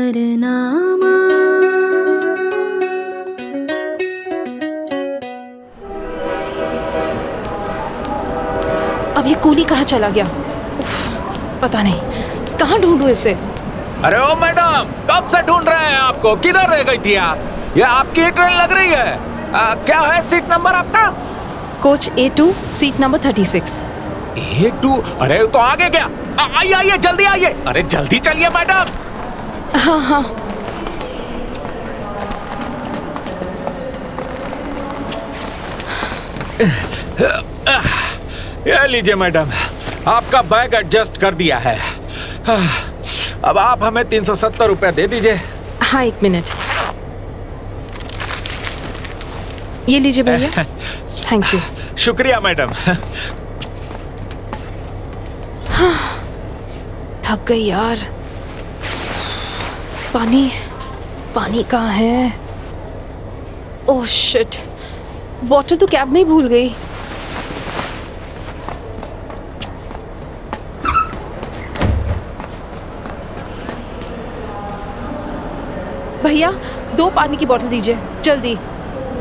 सफरनामा अब ये कूली कहाँ चला गया उफ, पता नहीं कहाँ ढूंढूं इसे अरे ओ मैडम कब से ढूंढ रहे हैं आपको किधर रह गई थी आप ये आपकी ही ट्रेन लग रही है आ, क्या है सीट नंबर आपका coach A two seat number thirty six A two अरे तो आगे गया आ, आइए आइए जल्दी आइए अरे जल्दी चलिए मैडम हाँ हाँ ये लीजिए मैडम आपका बैग एडजस्ट कर दिया है आह, अब आप हमें तीन सौ सत्तर रुपया दे दीजिए हाँ एक मिनट ये लीजिए भैया थैंक यू शुक्रिया मैडम थक गई यार पानी पानी कहाँ है ओह शिट बॉटल तो कैब में ही भूल गई भैया दो पानी की बोतल दीजिए जल्दी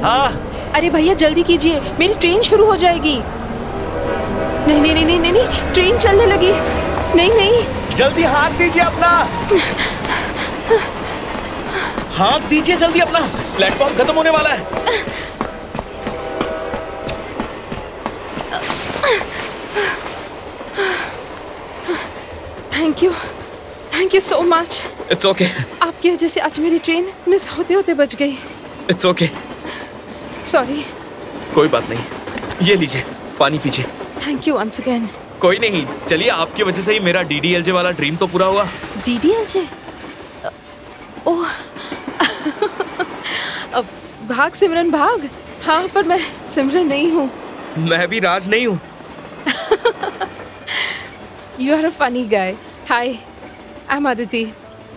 हाँ अरे भैया जल्दी कीजिए मेरी ट्रेन शुरू हो जाएगी नहीं नहीं नहीं नहीं नहीं, नहीं ट्रेन चलने लगी नहीं नहीं जल्दी हाथ दीजिए अपना हाथ दीजिए जल्दी अपना प्लेटफॉर्म खत्म होने वाला है thank you thank you so much it's okay आपकी वजह से आज मेरी ट्रेन मिस होते होते बच गई इट्स ओके सॉरी कोई बात नहीं ये लीजिए पानी पीजिए थैंक यू वंस अगेन कोई नहीं चलिए आपकी वजह से ही मेरा डीडीएलजे वाला ड्रीम तो पूरा हुआ D D L J Uh, oh oh. अब भाग सिमरन भाग हाँ पर मैं सिमरन नहीं हूँ मैं भी राज नहीं हूँ you are a funny guy hi I am Aditi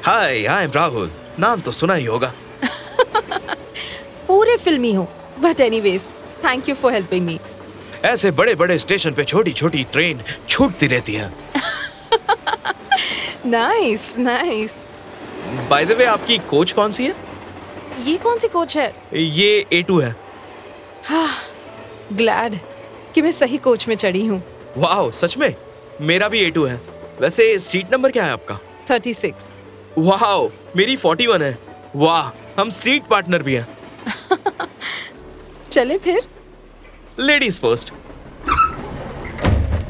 hi I am Rahul नाम तो सुना ही होगा पूरे फिल्मी हो but anyways thank you for helping me ऐसे बड़े बड़े स्टेशन पे छोटी छोटी ट्रेन छूटती रहती है nice nice by the way आपकी कोच कौन सी है ये कौन सी कोच है ये ए टू है ग्लैड कि मैं सही कोच में चढ़ी हूँ वाह सच में मेरा भी ए टू है वैसे सीट नंबर क्या है आपका थर्टी सिक्स वाह मेरी 41 है वाह हम सीट पार्टनर भी हैं चले फिर लेडीज फर्स्ट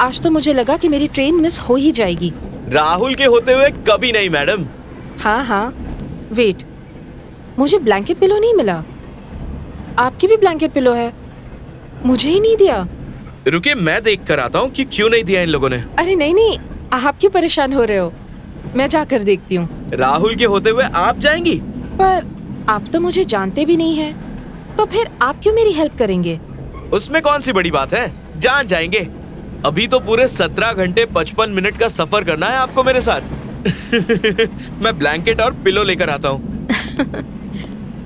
आज तो मुझे लगा कि मेरी ट्रेन मिस हो ही जाएगी राहुल के होते हुए कभी नहीं मैडम हाँ हाँ वेट मुझे ब्लैंकेट पिलो नहीं मिला आपकी भी ब्लैंकेट पिलो है मुझे ही नहीं दिया रुके मैं देख कर आता हूँ कि क्यों नहीं दिया इन लोगों ने अरे नहीं नहीं आप क्यों परेशान हो रहे हो मैं जाकर देखती हूँ राहुल के होते हुए आप जाएंगी पर आप तो मुझे जानते भी नहीं हैं तो फिर आप क्यों मेरी हेल्प करेंगे उसमें कौन सी बड़ी बात है जान जाएंगे अभी तो पूरे 17 घंटे 55 मिनट का सफर करना है आपको मेरे साथ मैं ब्लैंकेट और पिलो लेकर आता हूँ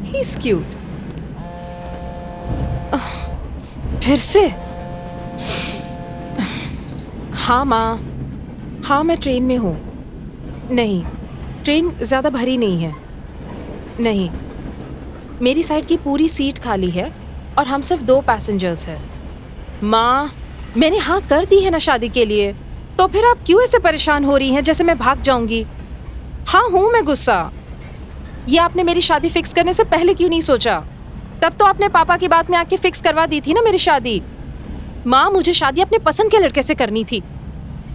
ही इज क्यूट Oh, फिर से हाँ माँ हाँ मैं ट्रेन में हूँ नहीं ट्रेन ज़्यादा भरी नहीं है नहीं मेरी साइड की पूरी सीट खाली है और हम सिर्फ दो पैसेंजर्स हैं माँ मैंने हाँ कर दी है ना शादी के लिए तो फिर आप क्यों ऐसे परेशान हो रही हैं जैसे मैं भाग जाऊंगी हाँ हूँ मैं गुस्सा ये आपने मेरी शादी फिक्स करने से पहले क्यों नहीं सोचा तब तो आपने पापा की बात में आके फिक्स करवा दी थी ना मेरी शादी माँ मुझे शादी अपने पसंद के लड़के से करनी थी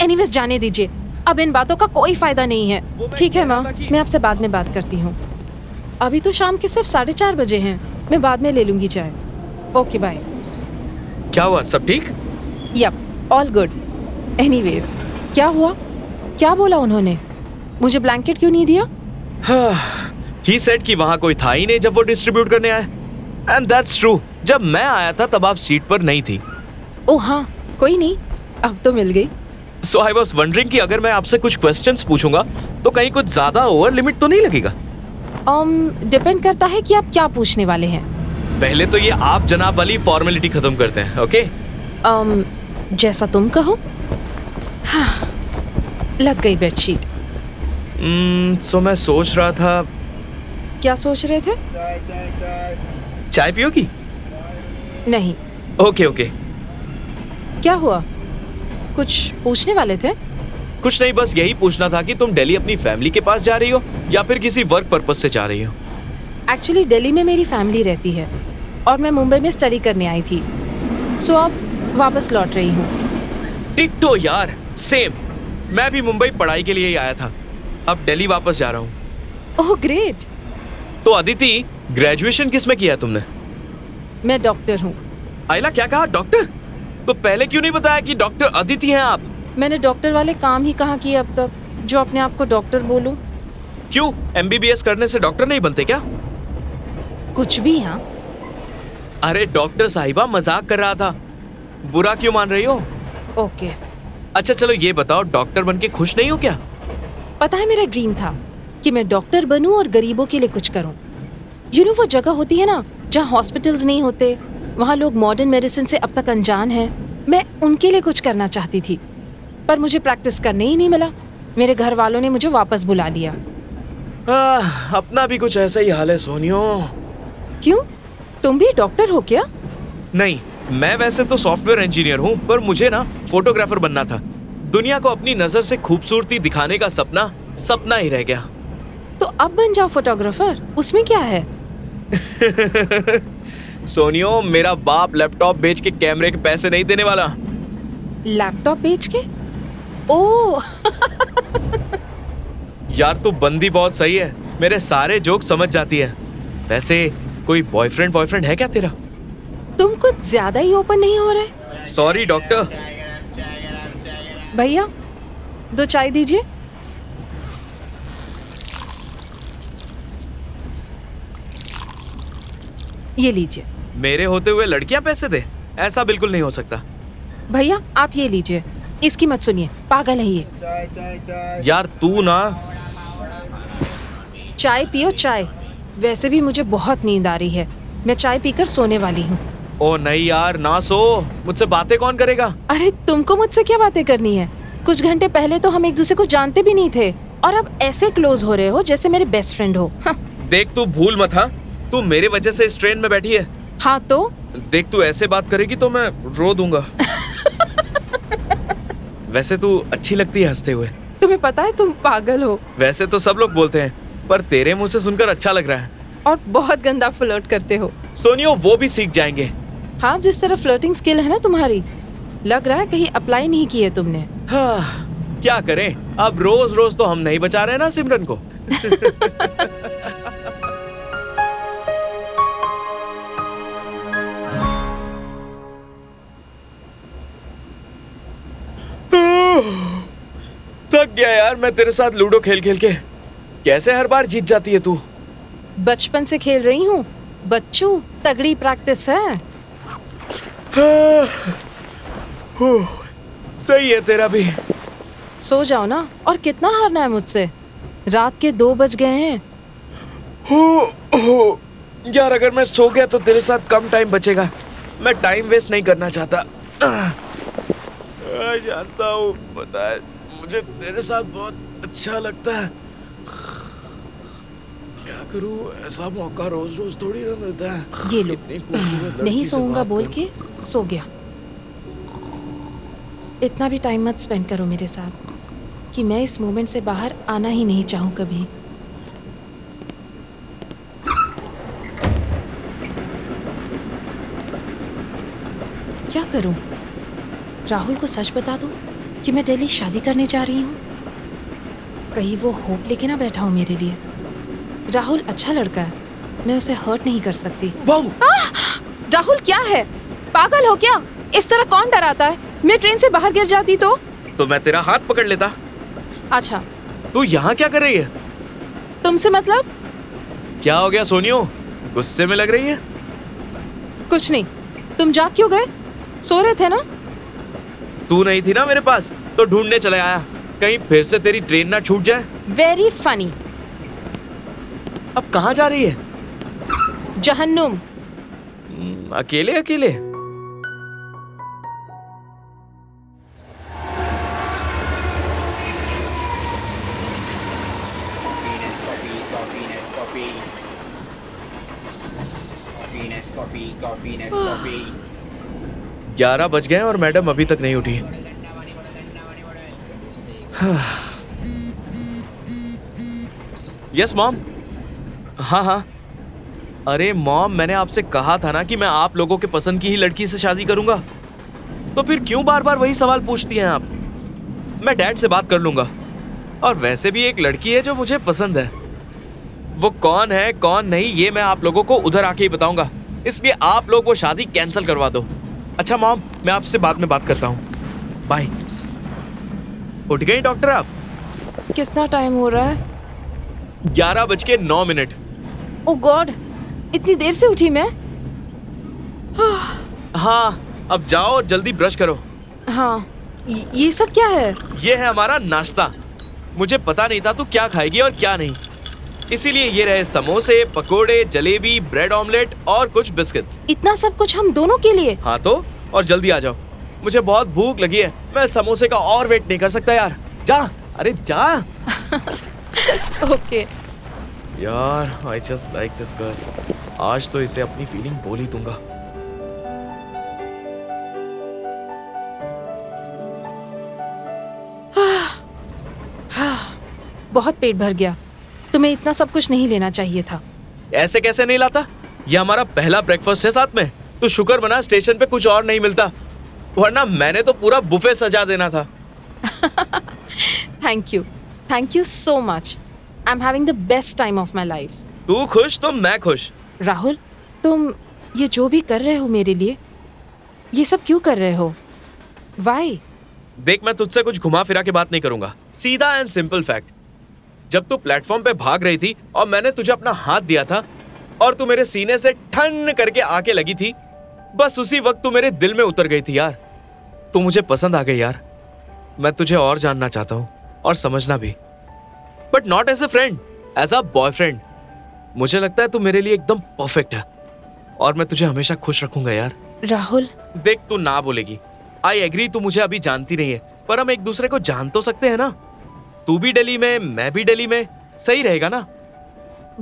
एनीवेज जाने दीजिए अब इन बातों का कोई फायदा नहीं है मैं ठीक है कह रहा माँ था कि- मैं आपसे बाद में बात करती हूँ अभी तो शाम के सिर्फ साढ़े चार बजे हैं मैं बाद में ले लूंगी चाय ओके बाय क्या हुआ सब ठीक यप ऑल गुड एनीवेज क्या हुआ क्या बोला उन्होंने मुझे ब्लैंकेट क्यों नहीं दिया ही सेड कि वहां कोई था ही नहीं जब वो डिस्ट्रीब्यूट करने आए एंड दैट्स ट्रू जब मैं आया था तब आप सीट पर नहीं थी ओह हाँ कोई नहीं अब तो मिल गई सो आई वॉज वंडरिंग कि अगर मैं आपसे कुछ क्वेश्चंस पूछूंगा तो कहीं कुछ ज्यादा ओवर लिमिट तो नहीं लगेगा um, डिपेंड करता है कि आप क्या पूछने वाले हैं पहले तो ये आप जनाब वाली फॉर्मेलिटी खत्म करते हैं ओके um, जैसा तुम कहो हाँ लग गई बेडशीट हम्म, सो मैं सोच रहा था क्या सोच रहे थे चाय पियोगी नहीं ओके ओके क्या हुआ कुछ पूछने वाले थे कुछ नहीं बस यही पूछना था कि तुम दिल्ली अपनी फैमिली के पास जा रही हो या फिर किसी वर्क पर्पस से जा रही हो एक्चुअली दिल्ली में मेरी फैमिली रहती है और मैं मुंबई में स्टडी करने आई थी सो अब वापस लौट रही हूँ टिट्टो यार सेम मैं भी मुंबई पढ़ाई के लिए ही आया था अब दिल्ली वापस जा रहा हूँ ओह ग्रेट तो अदिति ग्रेजुएशन किस में किया तुमने मैं डॉक्टर हूँ आइला क्या कहा डॉक्टर तो पहले क्यों नहीं बताया कि डॉक्टर अदिति हैं आप मैंने डॉक्टर वाले काम ही कहाँ किए अब तक जो अपने आप को डॉक्टर बोलूँ क्यों एमबीबीएस करने से डॉक्टर नहीं बनते क्या कुछ भी हाँ अरे डॉक्टर साहिबा मजाक कर रहा था बुरा क्यों मान रही हो ओके अच्छा चलो ये बताओ डॉक्टर बन के खुश नहीं हो क्या पता है मेरा ड्रीम था कि मैं डॉक्टर बनूं और गरीबों के लिए कुछ करूं यू नो वो जगह होती है ना जहाँ हॉस्पिटल्स नहीं होते वहाँ लोग मॉडर्न मेडिसिन से अब तक अनजान हैं मैं उनके लिए कुछ करना चाहती थी पर मुझे प्रैक्टिस करने ही नहीं मिला मेरे घर वालों ने मुझे वापस बुला लिया आह, अपना भी कुछ ऐसा ही हाल है सोनियो क्यों तुम भी डॉक्टर हो क्या नहीं मैं वैसे तो सॉफ्टवेयर इंजीनियर हूँ पर मुझे ना फोटोग्राफर बनना था दुनिया को अपनी नजर से खूबसूरती दिखाने का सपना सपना ही रह गया तो अब बन जाओ फोटोग्राफर उसमें क्या है सोनियो मेरा बाप लैपटॉप बेच के कैमरे के पैसे नहीं देने वाला लैपटॉप बेच के ओह यार तू बंदी बहुत सही है मेरे सारे जोक समझ जाती है वैसे कोई बॉयफ्रेंड बॉयफ्रेंड है क्या तेरा तुम कुछ ज्यादा ही ओपन नहीं हो रहे सॉरी डॉक्टर भैया दो चाय दीजिए ये लीजिए मेरे होते हुए लड़कियां पैसे दे ऐसा बिल्कुल नहीं हो सकता भैया आप ये लीजिए इसकी मत सुनिए पागल है ये यार तू ना चाय पियो चाय वैसे भी मुझे बहुत नींद आ रही है मैं चाय पीकर सोने वाली हूँ ओ नहीं यार ना सो मुझसे बातें कौन करेगा अरे तुमको मुझसे क्या बातें करनी है कुछ घंटे पहले तो हम एक दूसरे को जानते भी नहीं थे और अब ऐसे क्लोज हो रहे हो जैसे मेरे बेस्ट फ्रेंड हो हाँ, देख तू भूल मत हाँ तू मेरे वजह से इस ट्रेन में बैठी है हाँ तो देख तू ऐसे बात करेगी तो मैं रो दूंगा वैसे तू अच्छी लगती है हंसते हुए तुम्हें पता है तुम पागल हो वैसे तो सब लोग बोलते हैं पर तेरे मुंह से सुनकर अच्छा लग रहा है और बहुत गंदा फ्लर्ट करते हो सोनियो वो भी सीख जाएंगे हाँ जिस तरह फ्लर्टिंग स्किल है ना तुम्हारी लग रहा है कहीं अप्लाई नहीं की है तुमने हाँ, क्या करें अब रोज रोज तो हम नहीं बचा रहे ना सिमरन को थक गया यार मैं तेरे साथ लूडो खेल खेल के कैसे हर बार जीत जाती है तू बचपन से खेल रही हूँ बच्चों तगड़ी प्रैक्टिस है हाँ, हूँ, सही है तेरा भी सो जाओ ना और कितना हारना है मुझसे रात के दो बज गए हैं हो, हो। यार अगर मैं सो गया तो तेरे साथ कम टाइम बचेगा मैं टाइम वेस्ट नहीं करना चाहता आह, मैं जानता हूँ पता है मुझे तेरे साथ बहुत अच्छा लगता है क्या करूँ ऐसा मौका रोज रोज थोड़ी ना मिलता है ये लो इतनी खूबसूरत लड़की नहीं से सोऊंगा बात बोल करूं। के सो गया इतना भी टाइम मत स्पेंड करो मेरे साथ कि मैं इस मोमेंट से बाहर आना ही नहीं चाहूँ कभी क्या करूं? राहुल को सच बता दूं कि मैं दिल्ली शादी करने जा रही हूँ कहीं वो होप लेके ना बैठा हो मेरे लिए राहुल अच्छा लड़का है मैं उसे हर्ट नहीं कर सकती वाह हाँ? राहुल क्या है पागल हो क्या इस तरह कौन डराता है मैं ट्रेन से बाहर गिर जाती तो तो मैं तेरा हाथ पकड़ लेता अच्छा तू यहाँ क्या कर रही है तुमसे मतलब क्या हो गया सोनियो गुस्से में लग रही है कुछ नहीं तुम जाग क्यों गए सो रहे थे ना तू नहीं थी ना मेरे पास तो ढूंढने चले आया कहीं फिर से तेरी ट्रेन ना छूट जाए वेरी फनी अब कहाँ जा रही है जहन्नुम हम्म, अकेले अकेले Copiness copy. Copiness copy. Copiness copy. ग्यारह बज गए हैं और मैडम अभी तक नहीं उठी यस मॉम हाँ हाँ अरे मॉम मैंने आपसे कहा था ना कि मैं आप लोगों के पसंद की ही लड़की से शादी करूंगा तो फिर क्यों बार बार वही सवाल पूछती हैं आप मैं डैड से बात कर लूंगा और वैसे भी एक लड़की है जो मुझे पसंद है वो कौन है कौन नहीं ये मैं आप लोगों को उधर आके ही बताऊंगा इसलिए आप लोग वो शादी कैंसिल करवा दो अच्छा मॉम मैं आपसे बाद में बात करता हूँ बाय उठ गई डॉक्टर आप कितना टाइम हो रहा है ग्यारह बज के नौ मिनट ओ गॉड इतनी देर से उठी मैं हाँ अब जाओ और जल्दी ब्रश करो हाँ ये ये सब क्या है ये है हमारा नाश्ता मुझे पता नहीं था तू क्या खाएगी और क्या नहीं इसीलिए ये रहे समोसे पकोड़े जलेबी ब्रेड ऑमलेट और कुछ बिस्किट्स इतना सब कुछ हम दोनों के लिए हाँ तो और जल्दी आ जाओ मुझे बहुत भूख लगी है मैं समोसे का और वेट नहीं कर सकता यार जा अरे जा ओके यार I just like this girl आज तो इसे अपनी फीलिंग बोल ही दूंगा बहुत पेट भर गया तुम्हें इतना सब कुछ नहीं लेना चाहिए था ऐसे कैसे नहीं लाता ये हमारा पहला ब्रेकफास्ट है साथ में तो शुक्र मना स्टेशन पे कुछ और नहीं मिलता वरना मैंने तो पूरा बुफे सजा देना था thank you thank you so much I am having the best time of my life तू खुश तो मैं खुश राहुल तुम ये जो भी कर रहे हो मेरे लिए ये सब क्यों कर रहे हो वाई देख मैं तुझसे कुछ घुमा फिरा के बात नहीं करूंगा सीधा एंड सिंपल फैक्ट जब तू प्लेटफॉर्म पे भाग रही थी और मैंने तुझे अपना हाथ दिया था और तू मेरे सीने से ठन करके आके लगी थी बस उसी वक्त तू मेरे दिल में उतर गई थी यार तू मुझे पसंद आ गई यार मैं तुझे और जानना चाहता हूँ और समझना भी but not as a friend as a boyfriend मुझे लगता है तू मेरे लिए एकदम परफेक्ट है और मैं तुझे हमेशा खुश रखूंगा यार राहुल देख तू ना बोलेगी आई एग्री तू मुझे अभी जानती नहीं है पर हम एक दूसरे को जान तो सकते हैं ना तू भी दिल्ली में मैं भी दिल्ली में सही रहेगा ना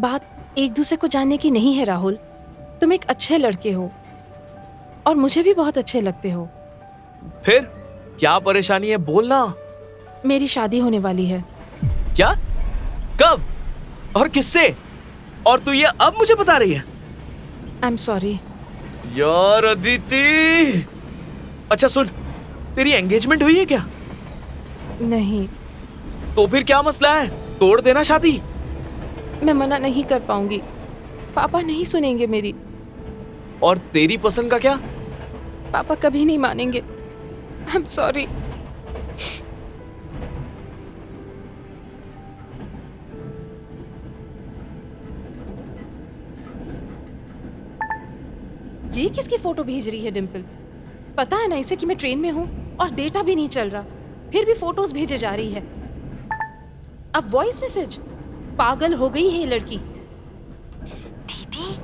बात एक दूसरे को जानने की नहीं है राहुल तुम एक अच्छे लड़के हो और मुझे भी बहुत अच्छे लगते हो फिर क्या परेशानी है बोलना मेरी शादी होने वाली है क्या कब और किससे और तू ये अब मुझे बता रही है आई एम सॉरी यार अदिति अच्छा सुन तेरी एंगेजमेंट हुई है क्या नहीं तो फिर क्या मसला है तोड़ देना शादी मैं मना नहीं कर पाऊंगी पापा नहीं सुनेंगे मेरी और तेरी पसंद का क्या पापा कभी नहीं मानेंगे आई एम सॉरी ये किसकी फोटो भेज रही है डिम्पल पता है ना इसे कि मैं ट्रेन में हूँ और डेटा भी नहीं चल रहा फिर भी फोटोज भेजे जा रही है अब वॉइस मैसेज पागल हो गई है ये लड़की दीदी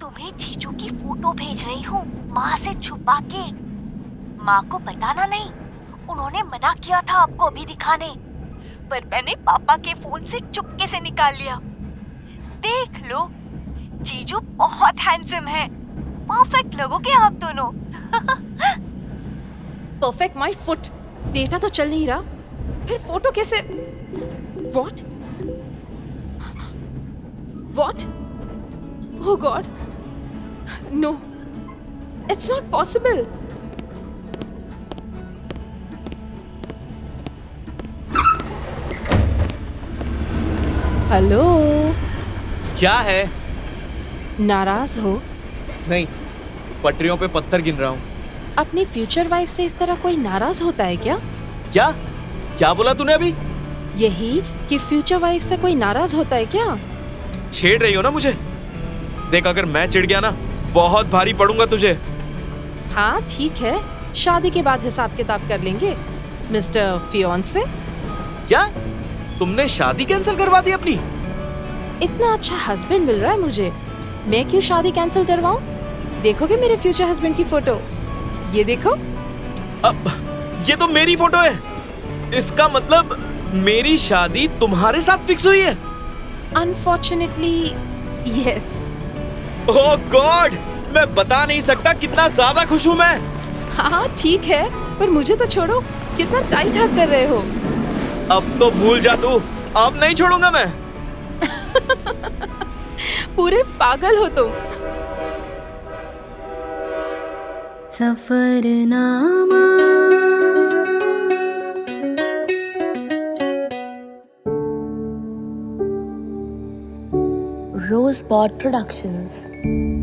तुम्हें जीजू की फोटो भेज रही हूँ माँ से छुपा के माँ को बताना नहीं उन्होंने मना किया था आपको अभी दिखाने पर मैंने पापा के फोन से चुपके से निकाल लिया देख लो जीजू बहुत हैंडसम है परफेक्ट लगोगे आप दोनों परफेक्ट माई फुट डेटा तो चल नहीं रहा फिर फोटो कैसे what what oh god no it's not possible hello क्या है नाराज हो नहीं पटरियों पे पत्थर गिन रहा हूँ अपनी फ्यूचर वाइफ से इस तरह कोई नाराज होता है क्या क्या क्या बोला तूने अभी यही कि फ्यूचर वाइफ से कोई नाराज होता है क्या छेड़ रही हो ना मुझे देख अगर मैं चिढ़ गया ना बहुत भारी पड़ूंगा तुझे हाँ ठीक है शादी के बाद हिसाब किताब कर लेंगे मिस्टर फियोन्से क्या तुमने शादी कैंसिल करवा दी अपनी इतना अच्छा हस्बैंड मिल रहा है मुझे मैं क्यों शादी कैंसिल करवाऊं देखोगे मेरे फ्यूचर हस्बैंड की फोटो ये देखो अब ये तो मेरी फोटो है इसका मतलब मेरी शादी तुम्हारे साथ फिक्स हुई है unfortunately yes oh god Oh मैं बता नहीं सकता कितना ज्यादा खुश हूँ मैं हाँ ठीक है पर मुझे तो छोड़ो कितना टाइट हक कर रहे हो अब तो भूल जा तू अब नहीं छोड़ूंगा मैं पूरे पागल हो तुम सफरनामा Rosebud Productions.